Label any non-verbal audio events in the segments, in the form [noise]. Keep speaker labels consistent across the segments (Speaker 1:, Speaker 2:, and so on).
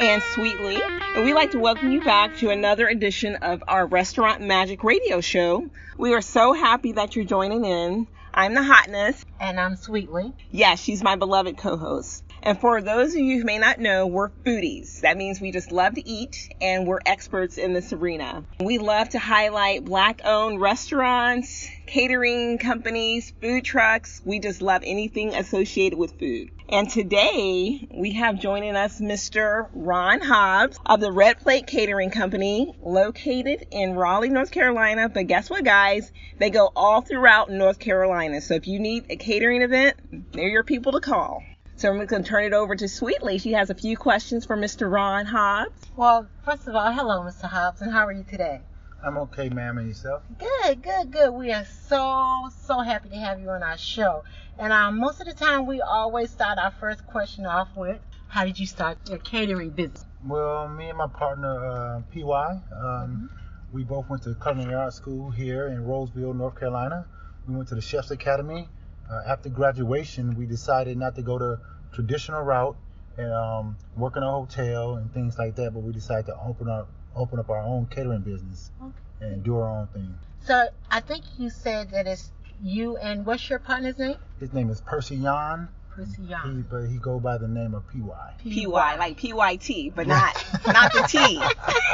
Speaker 1: and Sweetly, and we'd like to welcome you back to another edition of our Restaurant Magic Radio Show. We are so happy that you're joining in. I'm the hotness.
Speaker 2: And I'm Sweetly.
Speaker 1: Yes, she's my beloved co host. And for those of you who may not know, we're foodies. That means we just love to eat and we're experts in this arena. We love to highlight black owned restaurants, catering companies, food trucks. We just love anything associated with food. And today we have joining us Mr. Ron Hobbs of the Red Plate Catering Company, located in Raleigh, North Carolina. But guess what, guys? They go all throughout North Carolina. So if you need a catering event, they're your people to call. So I'm going to turn it over to Sweetly. She has a few questions for Mr. Ron Hobbs.
Speaker 2: Well, first of all, hello, Mr. Hobbs, and how are you today?
Speaker 3: I'm okay, ma'am, and yourself?
Speaker 2: Good, good, good. We are so, so happy to have you on our show. And um, most of the time, we always start our first question off with How did you start your catering business?
Speaker 3: Well, me and my partner, uh, PY, um, we both went to culinary arts school here in Roseville, North Carolina. We went to the Chef's Academy. Uh, after graduation, we decided not to go the traditional route and um, work in a hotel and things like that, but we decided to open up open up our own catering business and do our own thing.
Speaker 2: So I think you said that it's you and what's your partner's name?
Speaker 3: His name is Percy Yan,
Speaker 2: Percy
Speaker 3: he,
Speaker 2: Young.
Speaker 3: but he go by the name of PY.
Speaker 1: PY, like PYT, but not not the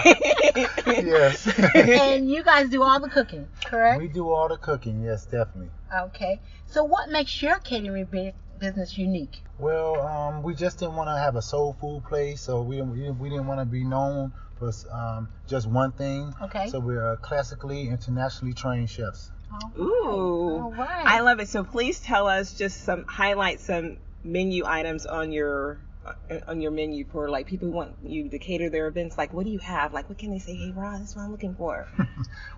Speaker 1: T. [laughs]
Speaker 3: yes.
Speaker 2: and you guys do all the cooking, correct?
Speaker 3: we do all the cooking, yes, definitely.
Speaker 2: Okay. So what makes your catering bu- business unique?
Speaker 3: Well, um, we just didn't want to have a soul food place, so we didn't, we didn't- we didn't want to be known for um, just one thing.
Speaker 2: Okay.
Speaker 3: So we're classically internationally trained chefs.
Speaker 1: Ooh.
Speaker 2: Oh, All right.
Speaker 1: I love it. So please tell us just some highlight some menu items on your uh, on your menu for like people who want you to cater their events. Like, what do you have? Like, what can they say? Hey, Ron, that's what I'm looking for.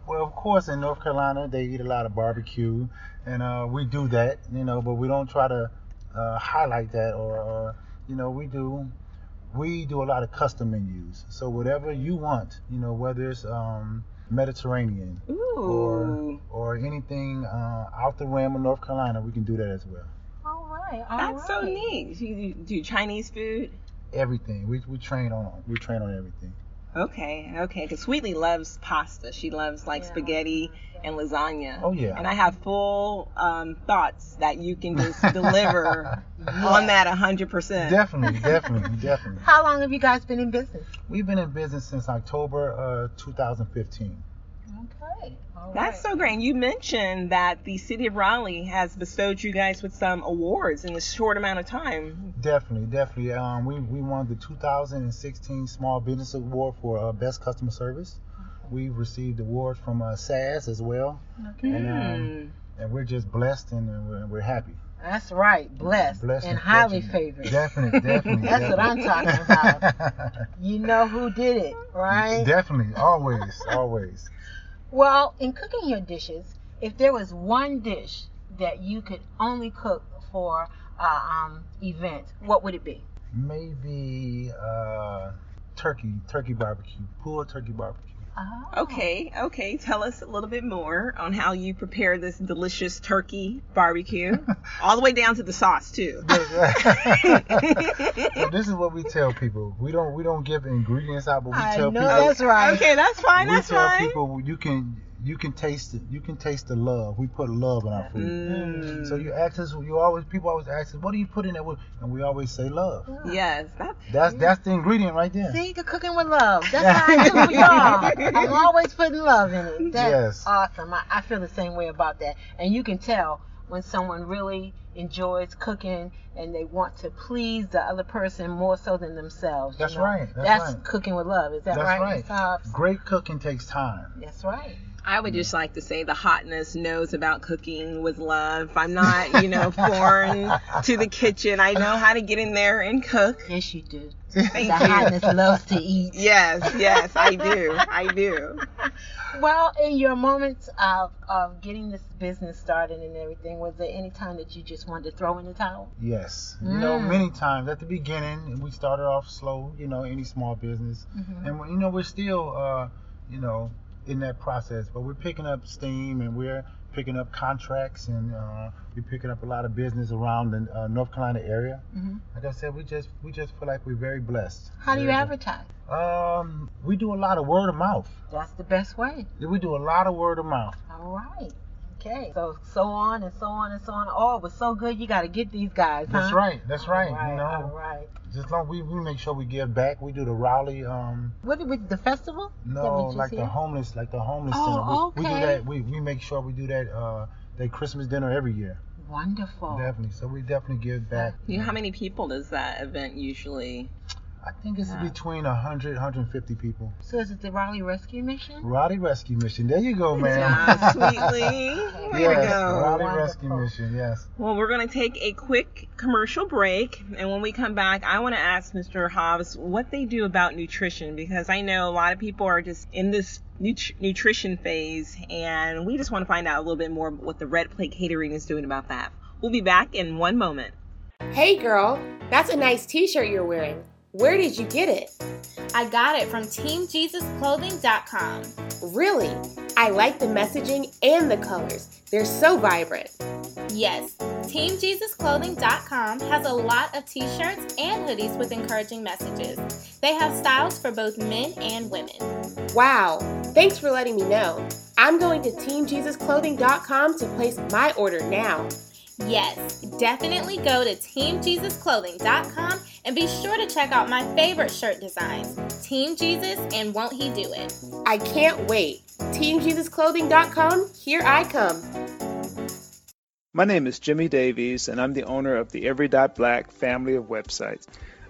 Speaker 3: Well, of course, in North Carolina, they eat a lot of barbecue, and uh, we do that, you know, but we don't try to uh, highlight that, or, or you know, we do we do a lot of custom menus. So whatever you want, you know, whether it's um, Mediterranean
Speaker 1: Ooh,
Speaker 3: or anything uh, out the rim of North Carolina, we can do that as well.
Speaker 2: All right. All
Speaker 1: that's so
Speaker 2: right.
Speaker 1: neat. You, you do Chinese food?
Speaker 3: everything. We we train on we train on everything.
Speaker 1: Okay, okay. Because Sweetly loves pasta. She loves like
Speaker 2: Yeah.
Speaker 1: spaghetti and lasagna.
Speaker 3: Oh yeah.
Speaker 1: And I have full um, thoughts that you can
Speaker 3: [laughs]
Speaker 1: just deliver on that 100%.
Speaker 3: definitely, definitely, definitely.
Speaker 2: How long have you guys been in business?
Speaker 3: We've been in business since October uh, 2015.
Speaker 2: Okay. All
Speaker 1: That's so great. And you mentioned that the city of Raleigh has bestowed you guys with some awards in a short amount of time.
Speaker 3: Definitely, definitely. Um, we we won the 2016 Small Business Award for uh, best customer service. We've received awards from uh, SAS as well,
Speaker 2: Okay.
Speaker 3: And,
Speaker 1: Hmm.
Speaker 3: um, and we're just blessed and uh, we're, we're happy.
Speaker 2: That's right. Blessed,
Speaker 3: Blessed
Speaker 2: and highly
Speaker 3: fortunate.
Speaker 2: favored.
Speaker 3: Definitely, definitely.
Speaker 2: That's what I'm talking
Speaker 3: [laughs] about.
Speaker 2: You know who did it, right?
Speaker 3: Definitely, always, always.
Speaker 2: well, in cooking your dishes, if there was one dish that you could only cook for uh, um event, what would it be?
Speaker 3: Maybe uh, turkey, turkey barbecue, pulled turkey [laughs] barbecue.
Speaker 2: Oh.
Speaker 1: Okay, okay. Tell us a little bit more on how you prepare this delicious turkey
Speaker 3: [laughs]
Speaker 1: barbecue, all the way down to the sauce, too.
Speaker 3: so
Speaker 1: [laughs]
Speaker 3: this is what we tell people. We don't we don't give ingredients out, but we
Speaker 2: I know
Speaker 3: tell people
Speaker 2: that's right.
Speaker 1: Okay, that's fine,
Speaker 3: we
Speaker 1: that's
Speaker 3: tell
Speaker 1: fine.
Speaker 3: people you can you can taste it. You can taste the love. We put love in our food.
Speaker 1: Mm.
Speaker 3: So you ask us, you always people always ask us, what do you put in that? And we always say love.
Speaker 1: Yes, that's
Speaker 3: That's that's the ingredient right there.
Speaker 2: See, you're cooking with love. That's how I do for y'all. I'm
Speaker 3: [laughs]
Speaker 2: always putting love in it. That's
Speaker 3: Yes.
Speaker 2: awesome. I, I feel the same way about that. And you can tell when someone really enjoys cooking and they want to please the other person more so than themselves. you
Speaker 3: That's
Speaker 2: know?
Speaker 3: right. That's,
Speaker 2: That's
Speaker 3: right.
Speaker 2: cooking with love. Is that
Speaker 3: That's
Speaker 2: right?
Speaker 3: right.
Speaker 2: Mr. Hobbs?
Speaker 3: Great cooking takes time.
Speaker 2: That's right.
Speaker 1: I would just like to say the hotness knows about cooking with love. I'm not, you know, foreign to the kitchen. I know how to get in there and cook.
Speaker 2: Yes, you do.
Speaker 3: [laughs]
Speaker 1: Thank
Speaker 2: The
Speaker 1: you.
Speaker 2: hotness loves to [laughs] eat.
Speaker 1: Yes, yes, I do. I
Speaker 2: [laughs]
Speaker 1: do.
Speaker 2: Well, in your moments of, of getting this business started and everything, was there any time that you just wanted to throw in the towel?
Speaker 3: Yes. You know,
Speaker 2: Mm.
Speaker 3: many times at the beginning, we started off slow, you know, any small business.
Speaker 2: Mm-hmm.
Speaker 3: And, we- you know, we're still, uh, you know, in that process, but we're picking up steam and we're picking up contracts and uh, we're picking up a lot of business around the uh, North Carolina area.
Speaker 2: Mhm.
Speaker 3: Like I said, we just we just feel like we're very blessed.
Speaker 2: How do you
Speaker 3: Very
Speaker 2: advertise?
Speaker 3: bl- Um, we do a lot of word of mouth.
Speaker 2: That's the best way.
Speaker 3: We do a lot of word of mouth.
Speaker 2: All right. Okay. So so on and so on and so on. Oh, it was so good. You got to get these guys.
Speaker 3: That's
Speaker 2: huh?
Speaker 3: right. That's right.
Speaker 2: All right.
Speaker 3: You
Speaker 2: All
Speaker 3: know,
Speaker 2: right.
Speaker 3: just long we we make sure we give back. We do the Raleigh um
Speaker 2: What with the festival? Is that
Speaker 3: no
Speaker 2: what you
Speaker 3: like the
Speaker 2: said?
Speaker 3: homeless like the homeless
Speaker 2: Oh,
Speaker 3: center. We, we
Speaker 2: okay.
Speaker 3: do that. We we make sure we do that uh that Christmas dinner every year.
Speaker 2: Wonderful.
Speaker 3: Definitely. So we definitely give back.
Speaker 1: Oh. You know, how many people does that event usually?
Speaker 3: I think it's
Speaker 1: Yeah.
Speaker 3: between 100 150 people.
Speaker 2: So is it the Raleigh Rescue Mission?
Speaker 3: Roddy Rescue Mission. There you go, man.
Speaker 1: John Sweetly. Way
Speaker 3: Yes,
Speaker 1: to go.
Speaker 3: Roddy
Speaker 2: Wonderful.
Speaker 3: Rescue Mission. Yes.
Speaker 1: Well, we're going to take a quick commercial break. And when we come back, I want to ask Mr. Hobbs what they do about nutrition because I know a lot of people are just in this nut- nutrition phase. And we just want to find out a little bit more what the Red Plate Catering is doing about that. We'll be back in one moment.
Speaker 4: Hey girl, that's a nice t shirt you're wearing. Where did you get it?
Speaker 5: I got it from TeamJesusClothing.com.
Speaker 4: Really? I like the messaging and the colors, they're so vibrant.
Speaker 5: Yes, TeamJesusClothing.com has a lot of t shirts and hoodies with encouraging messages. They have styles for both men and women.
Speaker 4: Wow, thanks for letting me know. I'm going to TeamJesusClothing.com to place my order now.
Speaker 5: Yes, definitely go to TeamJesusClothing.com and be sure to check out my favorite shirt designs Team Jesus and Won't He Do It.
Speaker 4: I can't wait. TeamJesusClothing.com, here I come.
Speaker 6: My name is Jimmy Davies, and I'm the owner of the Every Dot Black family of websites.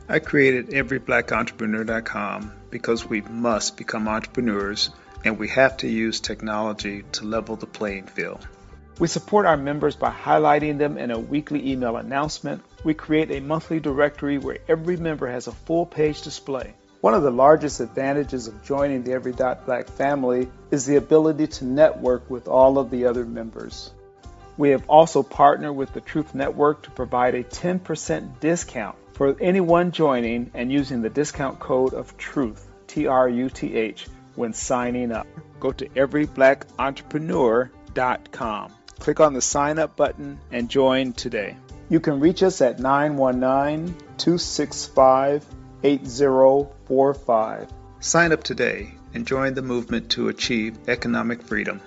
Speaker 6: I created EveryBlackEntrepreneur.com because we must become entrepreneurs and we have to use technology to level the playing field. We support our members by highlighting them in a weekly email announcement. We create a monthly directory where every member has a full page display. One of the largest advantages of joining the Every Dot Black family is the ability to network with all of the other members. We have also partnered with the Truth Network to provide a 10% discount for anyone joining and using the discount code of TRUTH, T R U T H, when signing up. Go to everyblackentrepreneur.com. Click on the sign up button and join today. You can reach us at 919 265 8045. Sign up today and join the movement to achieve economic freedom.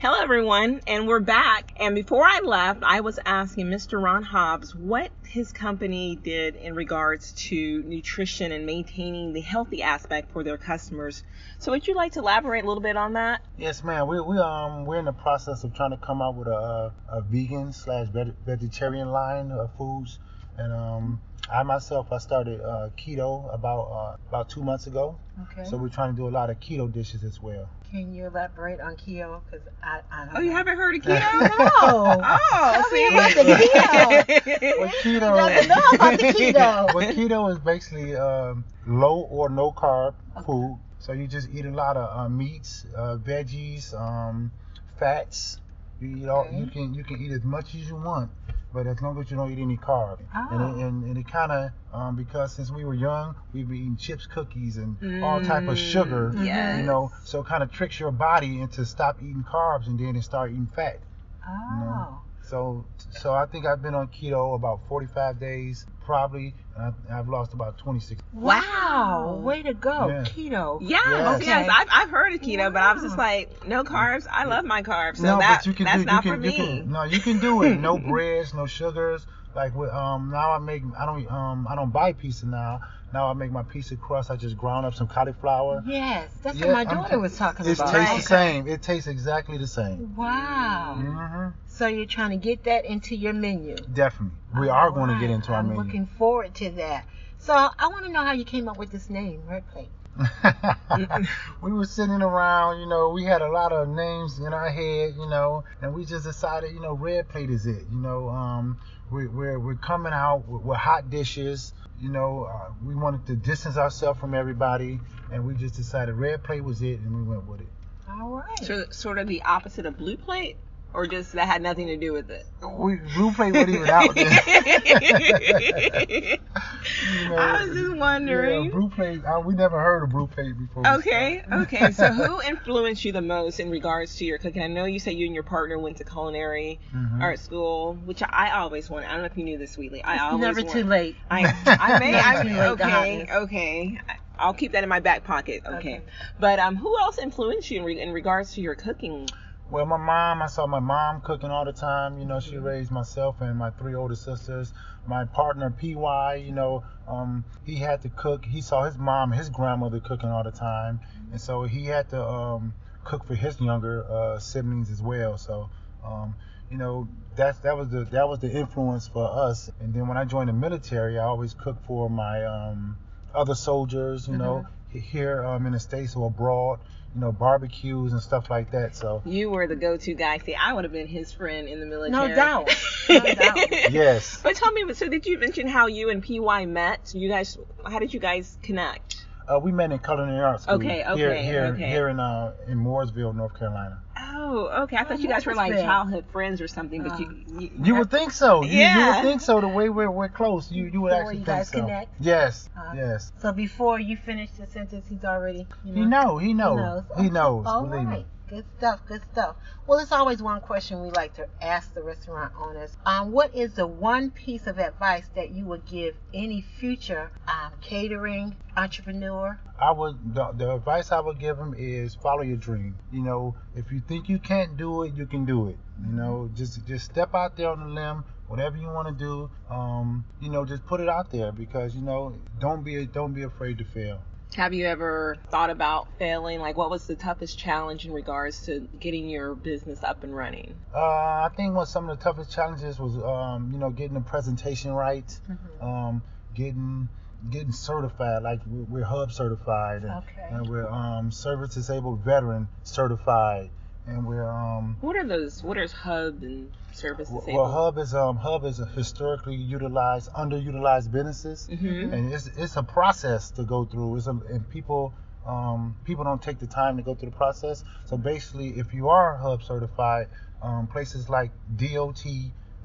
Speaker 1: Hello, everyone, and we're back. And before I left, I was asking Mr. Ron Hobbs what his company did in regards to nutrition and maintaining the healthy aspect for their customers. So, would you like to elaborate a little bit on that?
Speaker 3: Yes, man. We we um we're in the process of trying to come out with a a vegan slash veg- vegetarian line of foods, and um I myself I started uh, keto about uh, about two months ago.
Speaker 2: Okay.
Speaker 3: So we're trying to do a lot of keto dishes as well.
Speaker 2: Can you elaborate on Keo? Because I, I don't
Speaker 1: Oh, you
Speaker 2: [laughs] know.
Speaker 1: haven't
Speaker 3: [laughs]
Speaker 1: heard of
Speaker 3: keto?
Speaker 1: keto?
Speaker 2: No.
Speaker 1: Oh, see?
Speaker 2: about
Speaker 1: [laughs]
Speaker 2: the
Speaker 3: [laughs] Well, keto.
Speaker 2: doesn't know about the
Speaker 3: [laughs]
Speaker 2: keto.
Speaker 3: well, keto is basically um, low or no carb food. So you just eat a lot of uh, meats, uh, veggies, um, fats. You eat all. You
Speaker 2: Okay.
Speaker 3: can you can eat as much as you want, but as long as you don't eat any carb. And
Speaker 2: Oh.
Speaker 3: it, and, and it kind of um, because since we were young, we've been eating chips, cookies, and all type
Speaker 2: Mm,
Speaker 3: of sugar.
Speaker 1: yes.
Speaker 3: You know, so it kind of tricks your body into stop eating carbs and then it start eating fat.
Speaker 2: Oh.
Speaker 3: So, so I think I've been on keto about 45 days, probably, and I, I've lost about 26.
Speaker 2: Wow. Way to go,
Speaker 3: Yeah.
Speaker 2: Keto.
Speaker 1: Yes, yes,
Speaker 3: Okay.
Speaker 1: I've, I've heard of keto, but I was just like, no carbs. I love my carbs, so that, that's
Speaker 3: you
Speaker 1: not
Speaker 3: can,
Speaker 1: for
Speaker 3: you
Speaker 1: me.
Speaker 3: can, no, you can do
Speaker 1: [laughs]
Speaker 3: it. No breads, no sugars. Like with, um, now I make, I don't, um, I don't buy pizza now. Now I make my pizza crust. I just ground up some cauliflower.
Speaker 2: Yes. That's
Speaker 3: Yeah,
Speaker 2: what my
Speaker 3: I'm-
Speaker 2: daughter was
Speaker 1: Mm-hmm.
Speaker 2: talking
Speaker 3: It tastes
Speaker 2: about.
Speaker 3: the same. It tastes exactly the same.
Speaker 2: Wow.
Speaker 3: hmm
Speaker 1: Mm-hmm.
Speaker 2: So you're trying to get that into your menu.
Speaker 3: Definitely, we are going to
Speaker 2: Alright,
Speaker 3: get into our
Speaker 2: I'm
Speaker 3: menu.
Speaker 2: looking forward to that. So I want to know how you came up with this name, Red Plate.
Speaker 3: [laughs] we were sitting around, you know, we had a lot of names in our head, you know, and we just decided, you know, red plate is it, you know. Um, we, we're we're coming out with, with hot dishes, you know. Uh, we wanted to distance ourselves from everybody, and we just decided red plate was it, and we went with it.
Speaker 2: All right.
Speaker 1: Sort of- Sort of the opposite of blue plate. or just that had nothing to do with it?
Speaker 3: We Rufe wasn't even [laughs]
Speaker 1: [laughs]
Speaker 3: out then. You know,
Speaker 1: I was just wondering.
Speaker 3: Yeah, Brew Plate, uh, we never heard of Brew Plate before.
Speaker 1: Okay,
Speaker 2: [laughs]
Speaker 1: okay. So
Speaker 3: [laughs]
Speaker 1: who influenced you the most in regards to your cooking? I know you said you and your partner went to culinary
Speaker 3: Mhm.
Speaker 2: Mm-hmm.
Speaker 1: art school, which I always wanted. I don't know if you knew this, Wheatley. I always
Speaker 2: Never
Speaker 1: wanted.
Speaker 2: too late.
Speaker 1: I, I
Speaker 3: [laughs]
Speaker 1: may,
Speaker 2: Never
Speaker 1: I
Speaker 2: too
Speaker 1: may,
Speaker 2: late to
Speaker 1: okay,
Speaker 2: hotness.
Speaker 1: okay. I- I'll keep that in my back pocket. Okay.
Speaker 2: Okay.
Speaker 1: But um, who else influenced you in, re- in regards to your cooking?
Speaker 3: Well, my mom, I saw my mom cooking all the time. You know, she raised myself and my three older sisters. My partner, PY, you know, um, he had to cook. He saw his mom, his grandmother cooking all the time. And so he had to um, cook for his younger uh, siblings as well. So, um, you know, that's that was the that was the influence for us. And then when I joined the military, I always cooked for my um, other soldiers, you know, he- here um, in the states or abroad, you know, barbecues and stuff like that. So
Speaker 1: You were the go-to guy. See, I would have been his friend in the military. [laughs]
Speaker 2: doubt. No doubt.
Speaker 3: yes.
Speaker 1: But tell me, so did you mention how you and PY met? You guys, how did you guys connect?
Speaker 3: Uh, we met in culinary arts school.
Speaker 1: Okay,
Speaker 3: Here,
Speaker 1: okay,
Speaker 3: here,
Speaker 1: okay.
Speaker 3: here in uh, in Mooresville, North Carolina.
Speaker 1: Oh, okay. I thought you guys were like
Speaker 2: Interesting.
Speaker 1: childhood friends or something, but you, you,
Speaker 3: You would think so. You, you
Speaker 1: Yeah.
Speaker 3: would think so. The way we're we're close, you you would
Speaker 2: The way
Speaker 3: actually
Speaker 2: you
Speaker 3: think
Speaker 2: guys
Speaker 3: so.
Speaker 2: connect?
Speaker 3: Yes,
Speaker 2: Uh,
Speaker 3: yes.
Speaker 2: [laughs] So before you finish the sentence, he's already, you know.
Speaker 3: He know, he know,
Speaker 2: knows.
Speaker 3: he knows.
Speaker 2: All
Speaker 3: believe me.
Speaker 2: right. Good stuff, good stuff. Well, it's always one question we like to ask the restaurant owners. Um, what is the one piece of advice that you would give any future um, catering entrepreneur?
Speaker 3: I would the, the advice I would give him is follow your dream. You know, if you think you can't do it, you can do it. You know, just just step out there on the limb. Whatever you want to do, um, you know, just put it out there because you know, don't be don't be afraid to fail.
Speaker 1: have you ever thought about failing? Like, what was the toughest challenge in regards to getting your business up and running?
Speaker 3: Uh, I think one some of the toughest challenges was, um, you know, getting the presentation right, um, getting getting certified. Like we- we're hub certified, and,
Speaker 2: Okay.
Speaker 3: and we're um, service disabled veteran certified, and we're um,
Speaker 1: What are those? What is Hub and Service
Speaker 3: well,
Speaker 1: Disabled?
Speaker 3: well, hub is um, hub is a historically utilized, underutilized businesses,
Speaker 1: Mhm.
Speaker 3: and it's it's a process to go through. It's a, and people. Um, people don't take the time to go through the process. So basically, if you are hub certified, um, places like DOT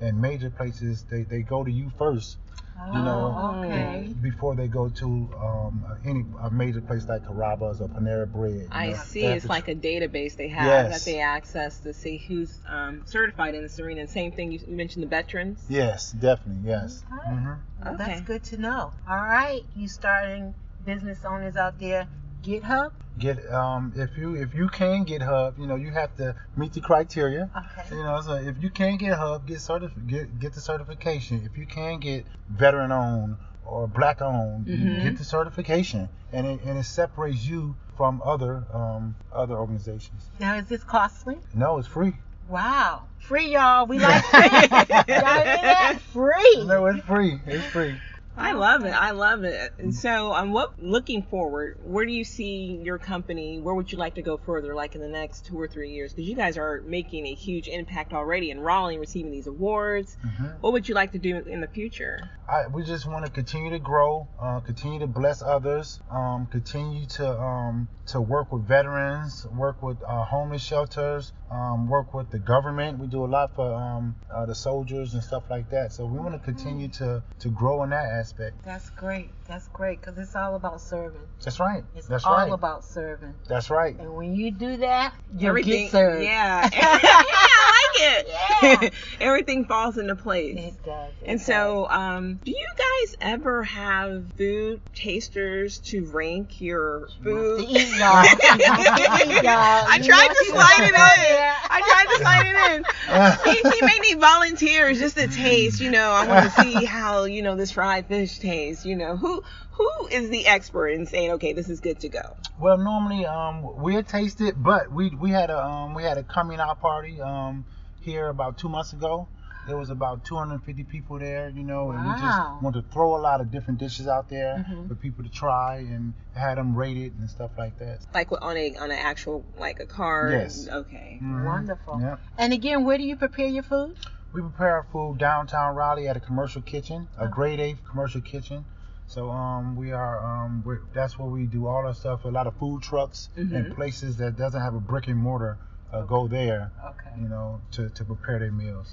Speaker 3: and major places, they, they go to you first, you
Speaker 1: Oh,
Speaker 3: know,
Speaker 2: Oh, okay.
Speaker 3: before they go to um, any a major place like Carrabba's or Panera Bread. you
Speaker 1: I
Speaker 3: know.
Speaker 1: see.
Speaker 3: They have
Speaker 1: It's
Speaker 3: to
Speaker 1: like a database they have
Speaker 3: Yes.
Speaker 1: that they access to see who's um, certified in this arena. And same thing you you mentioned the veterans.
Speaker 3: Yes, definitely. Yes. hmm
Speaker 1: Okay.
Speaker 2: That's good to know. All right, you starting business owners out there, GitHub.
Speaker 3: get um if you if you can get hub you know you have to meet the
Speaker 1: Uh-huh.
Speaker 3: criteria
Speaker 2: Okay.
Speaker 3: you know so if you can get hub get certif- get get the certification if you can get veteran owned or black owned
Speaker 1: Mhm.
Speaker 3: get the certification and it, and it separates you from other um other organizations
Speaker 2: Now, is this costly?
Speaker 3: no it's free
Speaker 2: Wow. Free, y'all. We
Speaker 3: [laughs]
Speaker 2: like free. y'all hear [laughs] that? Free.
Speaker 3: no it's free it's free
Speaker 1: I love it. I love it. And so, um, what looking forward, where do you see your company? Where would you like to go further, like in the next two or three years? Because you guys are making a huge impact already in Raleigh, receiving these awards.
Speaker 3: Mhm.
Speaker 1: What would you like to do in the future?
Speaker 3: I, we just want to continue to grow, uh, continue to bless others, um, continue to um, to work with veterans, work with uh, homeless shelters, um, work with the government. We do a lot for um, uh, the soldiers and stuff like that. So we want to continue to to grow in that aspect.
Speaker 2: That's great. That's great because it's all about serving.
Speaker 3: That's right.
Speaker 2: It's
Speaker 3: That's
Speaker 2: all
Speaker 3: right.
Speaker 2: about serving. [laughs]
Speaker 3: That's right.
Speaker 2: And when you do that, you'll
Speaker 1: Everything-
Speaker 2: get served. [laughs]
Speaker 1: Yeah. [laughs] yeah, I like it. [laughs] Everything falls into place.
Speaker 2: It does. it
Speaker 1: And so, um, do you guys ever have food tasters to rank your
Speaker 2: does.
Speaker 1: food?
Speaker 2: To eat, y'all. To eat, y'all.
Speaker 1: I
Speaker 2: You
Speaker 1: tried
Speaker 2: know
Speaker 1: to
Speaker 2: she-
Speaker 1: slide it in.
Speaker 2: Yeah.
Speaker 1: I tried to slide it in. She, she may need volunteers just to taste. You know, I want to see how you know this fried fish tastes. You know, who who is the expert in saying, okay, this is good to go?
Speaker 3: Well, normally um, we'll taste it, but we we had a um, we had a coming out party um, here about two months ago. There was about 250 people there, you know, and we
Speaker 2: Wow.
Speaker 3: just wanted to throw a lot of different dishes out there for people to try and had them rated and stuff like that.
Speaker 1: Like on a on an actual like a card.
Speaker 3: Yes.
Speaker 1: Okay.
Speaker 3: Mhm.
Speaker 2: Wonderful.
Speaker 3: Yeah.
Speaker 2: And again, where do you prepare your food?
Speaker 3: We prepare our food downtown Raleigh at a commercial kitchen, a grade A commercial kitchen. So um, we are um, we're, that's where we do all our stuff. A lot of food trucks and places that doesn't have a brick and mortar uh, go there,
Speaker 2: Okay.
Speaker 3: you know, to, to prepare their meals.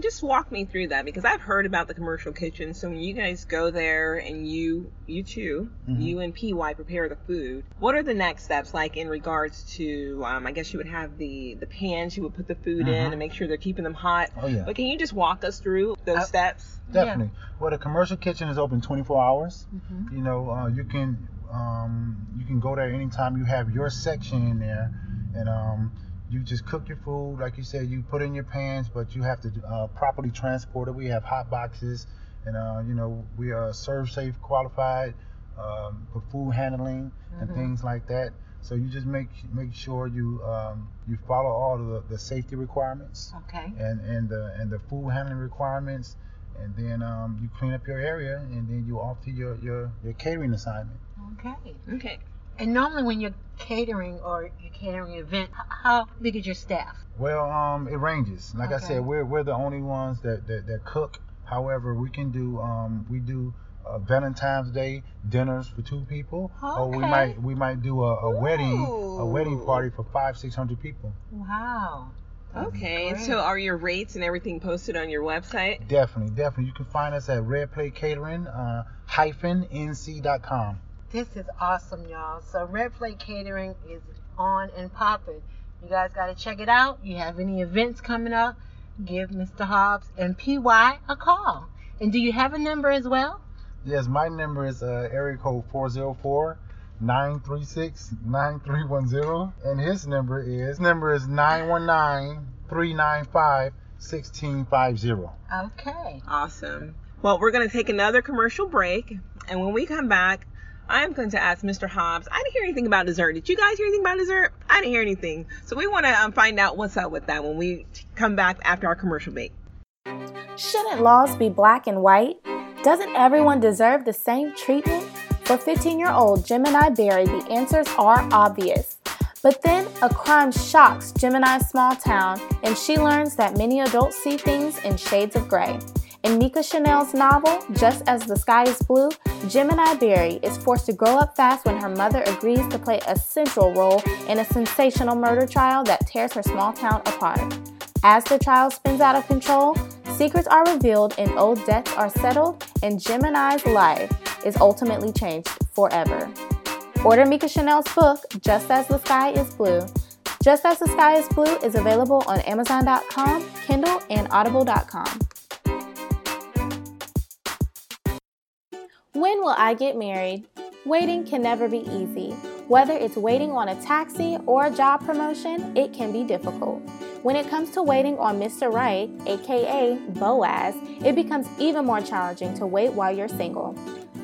Speaker 1: Just walk me through that because I've heard about the commercial kitchen. So when you guys go there and you you 2
Speaker 3: Mhm.
Speaker 1: you and PY prepare the food, what are the next steps like in regards to? Um, I guess you would have the the pans you would put the food in
Speaker 3: Mhm.
Speaker 1: and make sure they're keeping them hot.
Speaker 3: Oh yeah,
Speaker 1: But can you just walk us through those
Speaker 2: Uh,
Speaker 1: steps?
Speaker 3: definitely. Well, the commercial kitchen is open 24 hours.
Speaker 2: hmm
Speaker 3: You know, uh, you can um, you can go there anytime you have your section in there, and um, you just cook your food like you said. You put in your pans, but you have to uh, properly transport it. We have hot boxes, and uh, you know we are serve safe qualified um, for food handling and
Speaker 2: Mhm.
Speaker 3: things like that. So you just make make sure you um, you follow all of the, the safety requirements
Speaker 2: Okay.
Speaker 3: and and the and the food handling requirements, and then um, you clean up your area, and then you off to your your, your catering assignment.
Speaker 2: Okay.
Speaker 1: Okay.
Speaker 2: And normally when you're catering or you're catering an event, h- how big is your staff?
Speaker 3: Well, um, it ranges. Like I
Speaker 2: Okay.
Speaker 3: said, we're we're the only ones that that, that cook. However, we can do um, we do. Uh, Valentine's Day dinners for two people, or we
Speaker 2: Okay.
Speaker 3: might we might do a, a wedding a wedding
Speaker 1: Ooh.
Speaker 3: party for five six hundred people.
Speaker 2: Wow.
Speaker 1: Okay. And
Speaker 2: Great.
Speaker 1: so are your rates and everything posted on your website?
Speaker 3: Definitely, definitely. You can find us at Red Plate Catering uh, hyphen nc.com.
Speaker 2: This is awesome, y'all. So Red Plate Catering is on and popping. You guys got to check it out. You have any events coming up, give Mr. Hobbs and PY a call. And do you have a number as well?
Speaker 3: Yes, my number is uh, area code 404 936 9310. And his number is his number is 919 395 1650.
Speaker 2: Okay.
Speaker 1: Awesome. Well, we're going to take another commercial break. And when we come back, I'm going to ask Mr. Hobbs. I didn't hear anything about dessert. Did you guys hear anything about dessert? I didn't hear anything. So we want to um, find out what's up with that when we t- come back after our commercial break.
Speaker 5: Shouldn't laws be black and white? Doesn't everyone deserve the same treatment? For 15 year old Gemini Berry, the answers are obvious. But then a crime shocks Gemini's small town, and she learns that many adults see things in shades of gray. In Nika Chanel's novel, Just as the Sky is Blue, Gemini Berry is forced to grow up fast when her mother agrees to play a central role in a sensational murder trial that tears her small town apart. As the child spins out of control, secrets are revealed and old debts are settled, and Gemini's life is ultimately changed forever. Order Mika Chanel's book, Just As the Sky is Blue. Just As the Sky is Blue is available on Amazon.com, Kindle, and Audible.com. When will I get married? Waiting can never be easy. Whether it's waiting on a taxi or a job promotion, it can be difficult. When it comes to waiting on Mr. Right, aka Boaz, it becomes even more challenging to wait while you're single.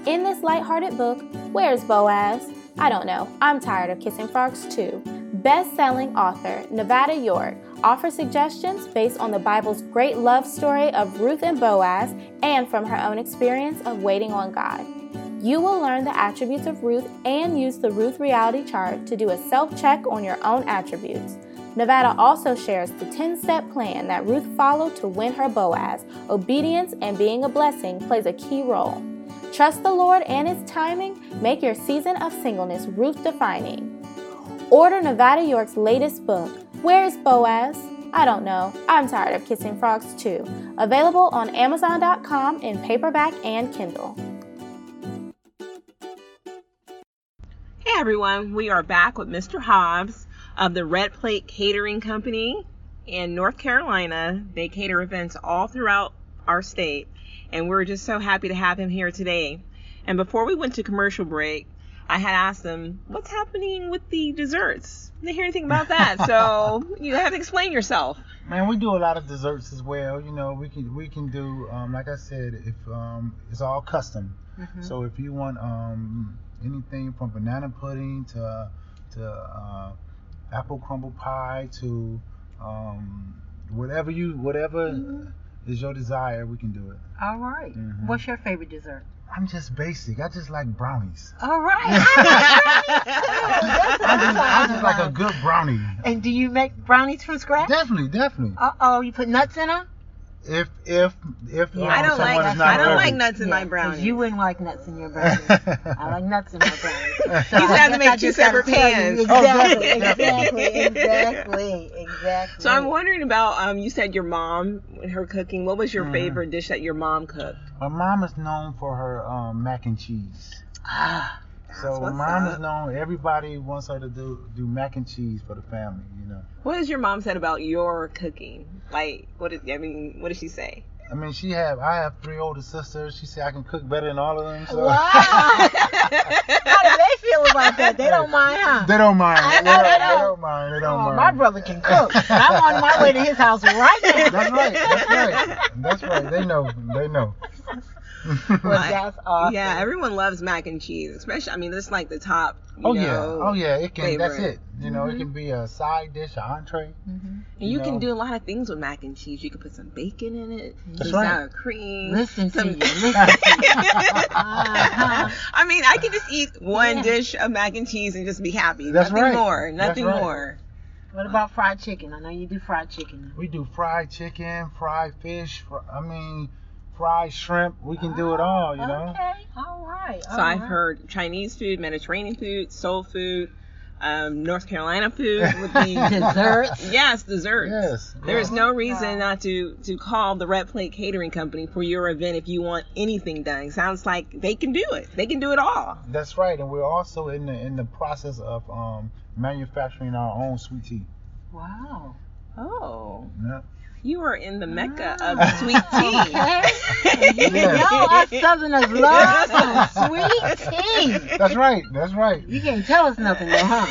Speaker 5: In this lighthearted book, Where's Boaz? I don't know, I'm tired of kissing frogs too. Best selling author Nevada York offers suggestions based on the Bible's great love story of Ruth and Boaz and from her own experience of waiting on God. You will learn the attributes of Ruth and use the Ruth reality chart to do a self check on your own attributes. Nevada also shares the 10 step plan that Ruth followed to win her Boaz. Obedience and being a blessing plays a key role. Trust the Lord and His timing, make your season of singleness Ruth defining. Order Nevada York's latest book, Where's Boaz? I don't know. I'm tired of kissing frogs too. Available on Amazon.com in paperback and Kindle.
Speaker 1: Hey everyone, we are back with Mr. Hobbs of the Red Plate Catering Company in North Carolina. They cater events all throughout our state, and we're just so happy to have him here today. And before we went to commercial break, I had asked him, What's happening with the desserts? Didn't hear anything about that, so you have to explain yourself.
Speaker 3: Man, we do a lot of desserts as well. You know, we can we can do um, like I said, if um, it's all custom.
Speaker 1: Mm-hmm.
Speaker 3: So if you want um, anything from banana pudding to to uh, apple crumble pie to um, whatever you whatever
Speaker 1: Mm-hmm.
Speaker 3: is your desire, we can do it.
Speaker 2: All right.
Speaker 3: Mhm.
Speaker 2: What's your favorite dessert?
Speaker 3: I'm just basic. I just
Speaker 1: [laughs]
Speaker 3: like brownies. [laughs]
Speaker 2: All right.
Speaker 3: I just, I just like a good brownie.
Speaker 2: and do you make brownies from scratch?
Speaker 3: Definitely, definitely.
Speaker 2: Uh oh, you put nuts in them?
Speaker 3: If if if
Speaker 2: Yeah,
Speaker 3: um,
Speaker 1: I don't
Speaker 3: someone
Speaker 1: like
Speaker 3: is
Speaker 1: I
Speaker 3: not
Speaker 1: don't like
Speaker 3: allergic-
Speaker 1: nuts in my
Speaker 2: Yeah, 'cause
Speaker 1: brownies.
Speaker 2: You wouldn't like nuts in
Speaker 3: [laughs]
Speaker 2: your brownies. I like nuts in my brownies. So
Speaker 1: You
Speaker 2: I
Speaker 1: have to
Speaker 2: guess
Speaker 1: make
Speaker 2: I
Speaker 1: two
Speaker 2: just gotta
Speaker 1: separate
Speaker 2: tell you
Speaker 1: pans.
Speaker 3: Oh,
Speaker 2: Exactly,
Speaker 1: definitely,
Speaker 2: exactly,
Speaker 1: definitely. [laughs]
Speaker 2: exactly, exactly.
Speaker 1: So I'm wondering about um you said your mom and her cooking. What was your
Speaker 3: Mhm.
Speaker 1: favorite dish that your mom cooked?
Speaker 3: My mom is known for her um, mac and cheese.
Speaker 2: Ah,
Speaker 3: So
Speaker 1: what's
Speaker 3: mom
Speaker 1: up.
Speaker 3: is known. Everybody wants her to do do mac and cheese for the family. You know.
Speaker 1: What has your mom said about your cooking? Like what is I mean, what did she say? [laughs]
Speaker 3: I mean, she have. I have three older sisters. She said I can cook better than all of them. So
Speaker 2: wow. How do they feel about that? They don't mind, huh?
Speaker 3: [laughs] they don't mind.
Speaker 2: I
Speaker 3: They
Speaker 2: know
Speaker 3: don't,
Speaker 2: they
Speaker 3: they
Speaker 2: don't.
Speaker 3: don't mind. They don't
Speaker 2: Oh,
Speaker 3: mind.
Speaker 2: my brother can cook. And I'm on my way to his house right now.
Speaker 1: [laughs]
Speaker 3: That's right. That's right. That's right. They know. They know. [laughs]
Speaker 2: Well, that's awesome.
Speaker 1: Yeah, everyone loves mac and cheese, especially I mean this is like the top. You
Speaker 3: oh
Speaker 1: know,
Speaker 3: yeah. Oh yeah. It can. That's
Speaker 1: favorite.
Speaker 3: it. You know, it can be a side dish, an entree.
Speaker 2: Mhm.
Speaker 1: And you can
Speaker 3: No.
Speaker 1: do a lot of things with mac and cheese. You can put some bacon in it,
Speaker 3: That's
Speaker 1: some
Speaker 3: right.
Speaker 1: sour cream.
Speaker 2: Listen to
Speaker 1: some- [laughs]
Speaker 2: you. Listen to you. Uh-huh.
Speaker 1: I mean, I can just eat one
Speaker 2: Yeah.
Speaker 1: dish of mac and cheese and just be happy.
Speaker 3: That's
Speaker 1: nothing
Speaker 3: right.
Speaker 1: more.
Speaker 3: That's
Speaker 1: Nothing
Speaker 3: right.
Speaker 1: more.
Speaker 2: What about fried chicken? I know you do fried chicken.
Speaker 3: We do fried chicken, fried fish. Fr- I mean, fried shrimp. We can do it all. You know.
Speaker 2: Ah, Okay. All right.
Speaker 1: So I've heard Chinese food, Mediterranean food, soul food, um, North Carolina food would
Speaker 2: [laughs]
Speaker 1: be
Speaker 2: Desserts.
Speaker 1: Yes, desserts.
Speaker 3: Yes.
Speaker 1: There is
Speaker 3: yes.
Speaker 1: no reason not to to call the Red Plate Catering Company for your event if you want anything done. Sounds like they can do it. They can do it all.
Speaker 3: That's right, and we're also in the in the process of um, manufacturing our own sweet tea.
Speaker 1: [laughs]
Speaker 2: Wow.
Speaker 1: Oh,
Speaker 3: Yeah.
Speaker 1: you are in the mecca
Speaker 2: Ah.
Speaker 1: of
Speaker 2: [laughs]
Speaker 1: sweet tea.
Speaker 2: You know
Speaker 1: [laughs]
Speaker 2: us Southerners love some sweet tea. [laughs]
Speaker 3: That's right. That's right.
Speaker 2: You can't tell us nothing, though,
Speaker 1: [laughs]
Speaker 2: huh?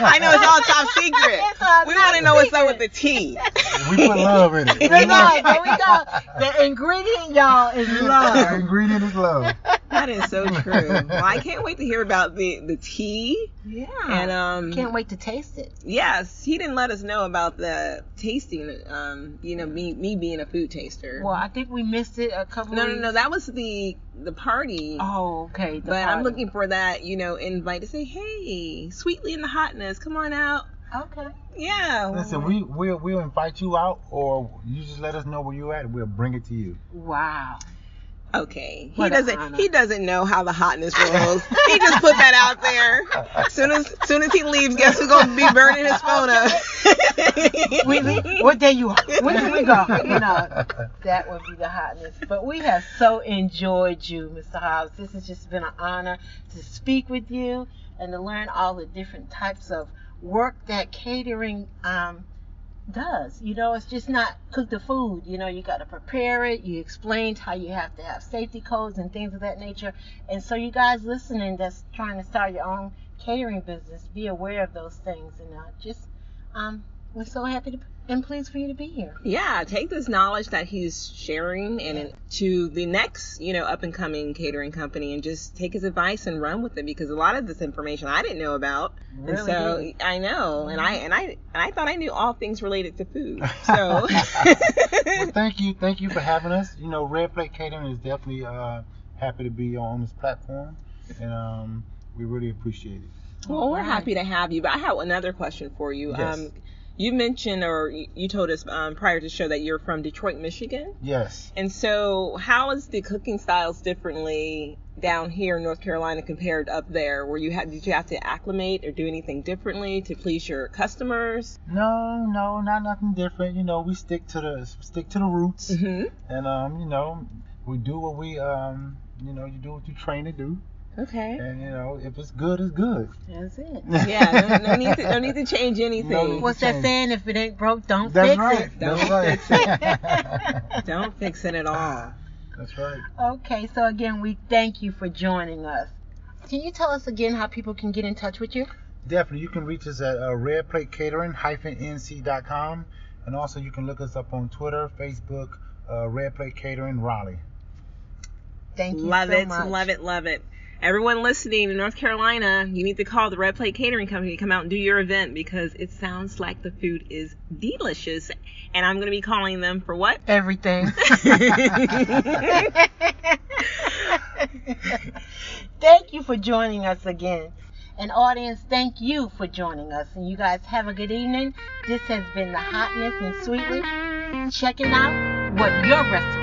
Speaker 1: I know it's all top secret.
Speaker 2: [laughs] It's all
Speaker 1: we
Speaker 2: top
Speaker 1: want to know what's up with
Speaker 2: secret.
Speaker 1: the tea.
Speaker 3: We put love in
Speaker 2: [laughs]
Speaker 3: it.
Speaker 2: There we go.
Speaker 3: [laughs]
Speaker 2: There we go. The ingredient, y'all, is
Speaker 3: The
Speaker 2: love.
Speaker 3: ingredient is love.
Speaker 1: That is so true. Well, I can't wait to hear about the the tea.
Speaker 2: Yeah.
Speaker 1: And um,
Speaker 2: Can't wait to taste it.
Speaker 1: yes, he didn't let us know about the tasting. Um, you know, me me being a food taster.
Speaker 2: Well, I think we missed it a couple.
Speaker 1: no, no,
Speaker 2: weeks-
Speaker 1: no. That was the the party.
Speaker 2: Oh, okay. the
Speaker 1: but I'm
Speaker 2: party.
Speaker 1: looking for that, you know, invite to say, hey, sweetly in the hotness, come on out.
Speaker 2: Okay.
Speaker 1: Yeah.
Speaker 3: Listen, we we'll, we'll invite you out, or you just let us know where you're at, and we'll bring it to you.
Speaker 2: Wow.
Speaker 1: Okay. He
Speaker 2: What a
Speaker 1: doesn't
Speaker 2: honor.
Speaker 1: he doesn't know how the hotness rolls. he just put that out there. Soon as soon as he leaves, guess who's gonna be burning his phone up?
Speaker 2: [laughs] We, we- what day you are? When do we go? You know,
Speaker 3: [laughs]
Speaker 2: that would be the hotness. But we have so enjoyed you, Mr. Hobbs. This has just been an honor to speak with you and to learn all the different types of work that catering um, does. You know, it's just not cook the food. You know, you got to prepare it. You explained how you have to have safety codes and things of that nature. And so, you guys listening that's trying to start your own catering business, be aware of those things and uh, just um, we're so happy to, and pleased for you to be here.
Speaker 1: yeah, take this knowledge that he's sharing and it- to the next, you know, up and coming catering company and just take his advice and run with it because a lot of this information I didn't know about. and so
Speaker 2: did.
Speaker 1: I know, and I and I and I thought I knew all things related to food. So
Speaker 3: Well, thank you, thank you for having us. You know, Red Plate Catering is definitely uh, happy to be on this platform, and um, we really appreciate it.
Speaker 1: [laughs] Well, we're happy to have you, but I have another question for you.
Speaker 3: Yes.
Speaker 1: Um, you mentioned or you you told us um, prior to the show that you're from Detroit, Michigan.
Speaker 3: Yes.
Speaker 1: And so, how is the cooking styles differently down here in North Carolina compared up there? Where you had did you have to acclimate or do anything differently to please your customers?
Speaker 3: No, no, not nothing different. You know, we stick to the stick to the roots,
Speaker 1: Mm-hmm.
Speaker 3: and um, you know, we do what we um, you know, you do what you train to do,
Speaker 1: Okay.
Speaker 3: and you know, if it's good, it's good.
Speaker 2: That's it.
Speaker 1: Yeah. No, no need to no need to change anything.
Speaker 3: need
Speaker 2: What's that
Speaker 3: Change.
Speaker 2: saying? If it ain't broke, don't
Speaker 3: [laughs] That's
Speaker 2: fix
Speaker 3: right.
Speaker 2: it.
Speaker 1: Don't
Speaker 3: That's right.
Speaker 1: Don't fix it [laughs] at all.
Speaker 3: [laughs] That's right.
Speaker 2: Okay, so again, we thank you for joining us. Can you tell us again how people can get in touch with you?
Speaker 3: Definitely, you can reach us at uh, redplatecatering-nc.com, and also you can look us up on Twitter, Facebook, uh, Red Plate Catering Raleigh.
Speaker 2: Thank you
Speaker 1: love
Speaker 2: so
Speaker 1: it,
Speaker 2: much.
Speaker 1: love it, love it. Everyone listening in North Carolina, you need to call the Red Plate Catering Company to come out and do your event because it sounds like the food is delicious. And I'm going to be calling them for what? [laughs]
Speaker 2: Everything.
Speaker 1: Thank
Speaker 2: [laughs] thank you for joining us again. And audience, thank you for joining us. And you guys have a good evening. This has been the hotness and sweetly. Checking out what your restaurant